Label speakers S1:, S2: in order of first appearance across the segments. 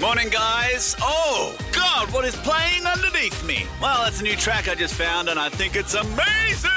S1: morning, guys. Oh, God, what is playing underneath me? Well, that's a new track I just found, and I think it's amazing.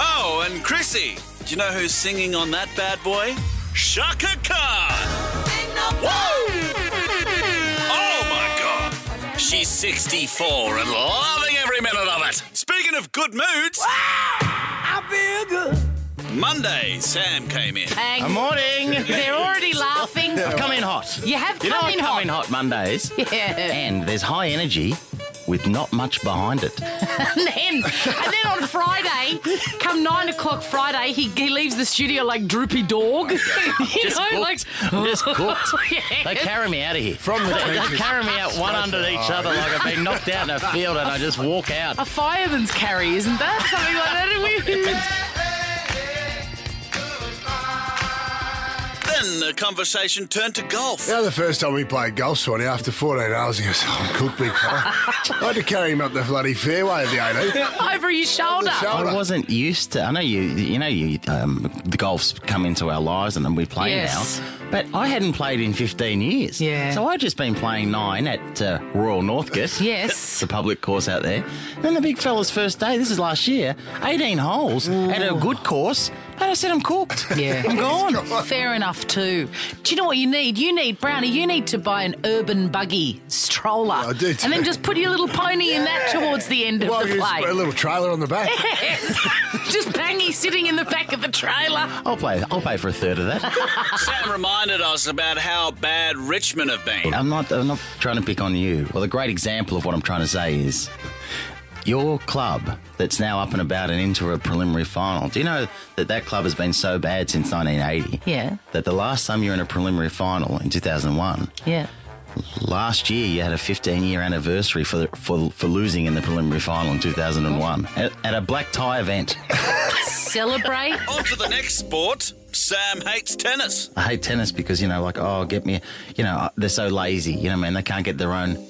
S1: Oh, and Chrissy, do you know who's singing on that bad boy? Shaka Khan. Oh, my God. She's 64 and loving every minute of it. Speaking of good moods, Monday, Sam came in.
S2: Ang-
S3: Morning.
S2: They're already laughing.
S3: I've come in hot.
S2: You have
S3: You know,
S2: come
S3: I
S2: in
S3: come
S2: hot.
S3: in hot Mondays,
S2: Yeah.
S3: and there's high energy with not much behind it.
S2: And then, and then on Friday, come nine o'clock Friday, he, he leaves the studio like droopy dog. you
S3: Just
S2: know, like
S3: cooked. Just cooked.
S2: Yeah.
S3: They carry me out of here.
S4: From the
S3: they, they
S4: trenches.
S3: carry me out one under each other like I've been knocked out in a field, and I just walk out.
S2: a fireman's carry, isn't that something like that?
S1: Then the conversation turned to golf.
S4: You know, the first time we played golf, Swanee, after 14 hours, he goes, I'm cooked, big fella. I had to carry him up the bloody fairway of the E 18th.
S2: Over your shoulder.
S4: The shoulder.
S3: I wasn't used to. I know you. You know you. Um, the golf's come into our lives, and then we play
S2: Yes.
S3: now. But I hadn't played in 15 years.
S2: Yeah.
S3: So I'd just been playing nine at uh, Royal Northcote.
S2: Yes.
S3: It's a public course out there. Then the big fella's first day. This is last year. 18 holes at a good course, and I said I'm cooked.
S2: Yeah.
S3: I'm gone.
S2: Fair enough, too. Do you know what you need? You need, Brownie, you need to buy an urban buggy stroller.
S4: I do too.
S2: And then just put your little pony in that towards the end of
S4: Well,
S2: the
S4: you just
S2: play.
S4: put a little trailer on the back.
S2: Yes. just Bangy sitting in the back of the trailer.
S3: I'll play. I'll pay for a third of that.
S1: Sam reminded us about how bad Richmond have been.
S3: I'm not. I'm not trying to pick on you. Well, the great example of what I'm trying to say is your club that's now up and about and into a preliminary final. Do you know that that club has been so bad since 1980?
S2: Yeah.
S3: That the last time you were in a preliminary final in 2001,
S2: Yeah.
S3: last year you had a 15 year anniversary for, for for losing in the preliminary final in 2001 at, at a black tie event.
S2: Celebrate.
S1: On to the next sport. Sam hates tennis.
S3: I hate tennis because you know, like, oh, get me, you know, they're so lazy. You know, what I mean, they can't get their own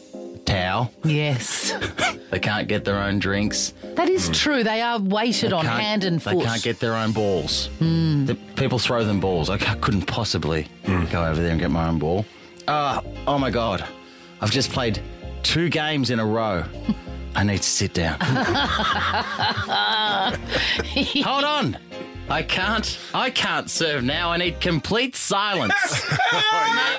S3: towel,
S2: yes.
S3: they can't get their own drinks.
S2: That is true. They are weighted on
S3: can't-
S2: hand and foot. Hmm.
S3: They can't get their own balls. The, people throw them balls. I, c- I couldn't possibly go over there and get my own ball. Ah, oh my God. I've just played two games in a row. I need to sit down. Hold on. I can't. I can't serve now. I need complete silence.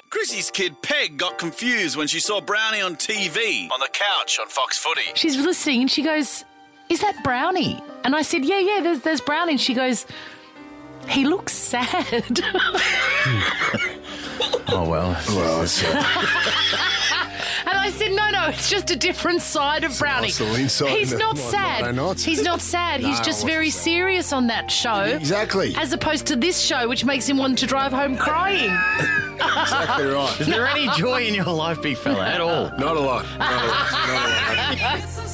S1: Chrissy's kid Peg got confused when she saw Brownie on TV on the couch on Fox Footy.
S2: She's listening and she goes, Is that Brownie? And I said, Yeah, yeah, there's, there's Brownie. And she goes, He looks sad.
S3: oh well.
S4: well, it's a
S2: And I said, no, no, it's just a different side of Brownie.
S4: hustle inside
S2: He's
S4: the-
S2: not
S4: on
S2: sad.
S4: Monday nights.
S2: He's not sad. He's
S4: No,
S2: just
S4: I wasn't
S2: very
S4: sad.
S2: serious on that show.
S4: Exactly.
S2: As opposed to this show, which makes him want to drive home crying.
S4: exactly right.
S3: Is there any joy in your life, big fella, at all?
S4: Not a lot. Not a lot. Not a lot.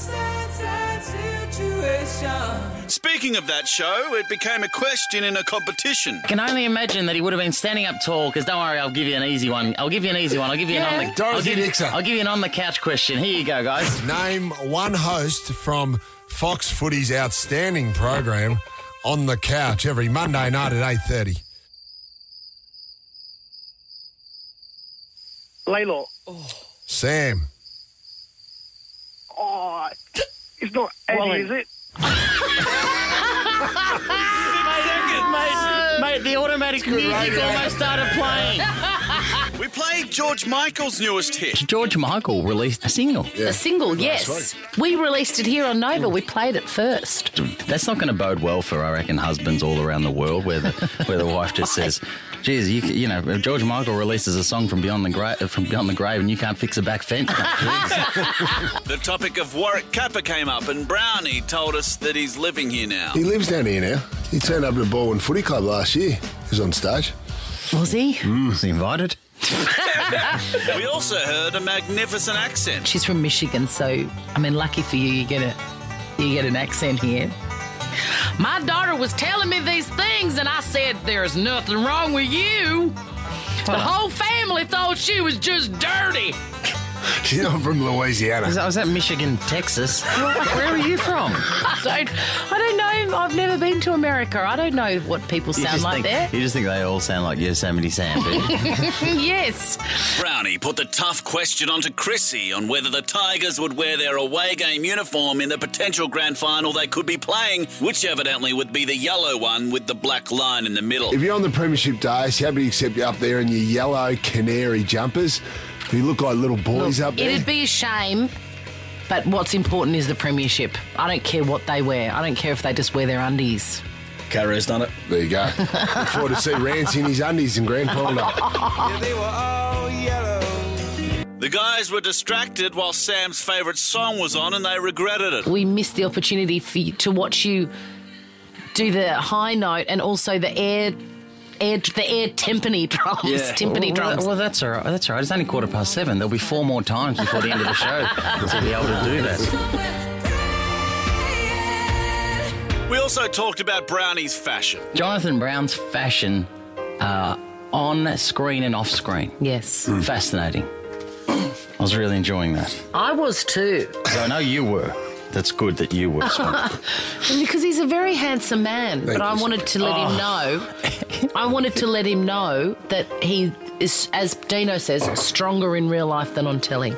S1: Speaking of that show, it became a question in a competition.
S3: I can only imagine that he would have been standing up tall. Because don't worry, I'll give you an easy one. I'll give you an easy one. I'll give you an on the. I'll
S4: Dorothy
S3: give, you-
S4: Dixon.
S3: I'll give you an on the couch question. Here you go, guys.
S5: Name one host from Fox Footy's outstanding program on the couch every Monday night at eight thirty.
S6: Layla,
S5: Sam,
S6: oh, it's not Eddie, is it?
S3: Mate, mate, the automatic music almost started playing.
S1: We played George Michael's newest hit.
S3: George Michael released a single.
S2: A single, yes. We released it here on Nova. We played it first.
S3: That's not going to bode well for, I reckon, husbands all around the world, where the where the wife just says, "Geez, you, you know, if George Michael releases a song from beyond the grave, from beyond the grave, and you can't fix a back fence."
S1: The topic of Warwick Kappa came up, and Brownie told us that he's living here now.
S4: He lives down here now. He turned up at a ball and footy club last year. He was on stage.
S2: Was he?
S3: Was he invited?
S1: We also heard a magnificent accent.
S2: She's from Michigan, so I mean, lucky for you, you get a you get an accent here. My daughter was telling me these things, and I said, "There's nothing wrong with you." The whole family thought she was just dirty.
S4: She's not from Louisiana.
S3: I was at Michigan, Texas. Where are you from?
S2: I don't, I don't know. I've never been to America. I don't know what people
S3: You
S2: sound
S3: just
S2: like
S3: think,
S2: there.
S3: You just think they all sound like Yosemite Sam, do you?
S2: Mm, yes.
S1: Brownie put the tough question onto Chrissy on whether the Tigers would wear their away game uniform in the potential grand final they could be playing, which evidently would be the yellow one with the black line in the middle.
S4: If you're on the Premiership days, how about you accept you up there in your yellow canary jumpers? You look like little boys up there.
S2: It'd be a shame. But what's important is the premiership. I don't care what they wear. I don't care if they just wear their undies.
S7: Carrest on it.
S4: there you go. Look forward to see Rance in his undies in grand final.
S1: The guys were distracted while Sam's favourite song was on and they regretted it.
S2: We missed the opportunity for you, to watch you do the high note and also the air, air the air timpani drums, timpani
S3: well,
S2: drums.
S3: well, that's all right. That's all right. It's only quarter past seven. There'll be four more times before the end of the show to be able to do that.
S1: We also talked about Brownie's fashion.
S3: Jonathan Brown's fashion uh, on screen and off screen.
S2: Yes,
S3: Fascinating. I was really enjoying that.
S2: I was too,
S3: So I know you were. That's good that you were. Swan.
S2: because he's a very handsome man. but I wanted to let him know. I wanted to let him know that he is, as Dino says, stronger in real life than on telly.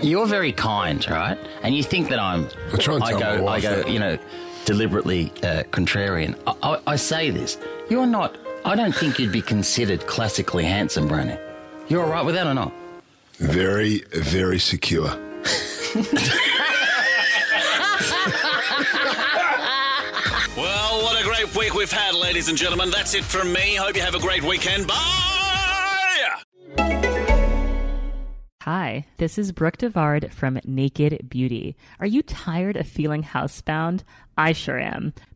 S3: You're very kind, right? And you think that I'm. I
S5: try and tell
S3: go. I
S5: my wife
S3: go.
S5: that.
S3: You know, deliberately uh, contrarian. I, I, I say this. You're not. I don't think you'd be considered classically handsome, Brownie. You're all right with that or not?
S4: Very, very secure.
S1: Well, what a great week we've had, ladies and gentlemen. That's it from me. Hope you have a great weekend. Bye!
S8: Hi, this is Brooke Devard from Naked Beauty. Are you tired of feeling housebound? I sure am.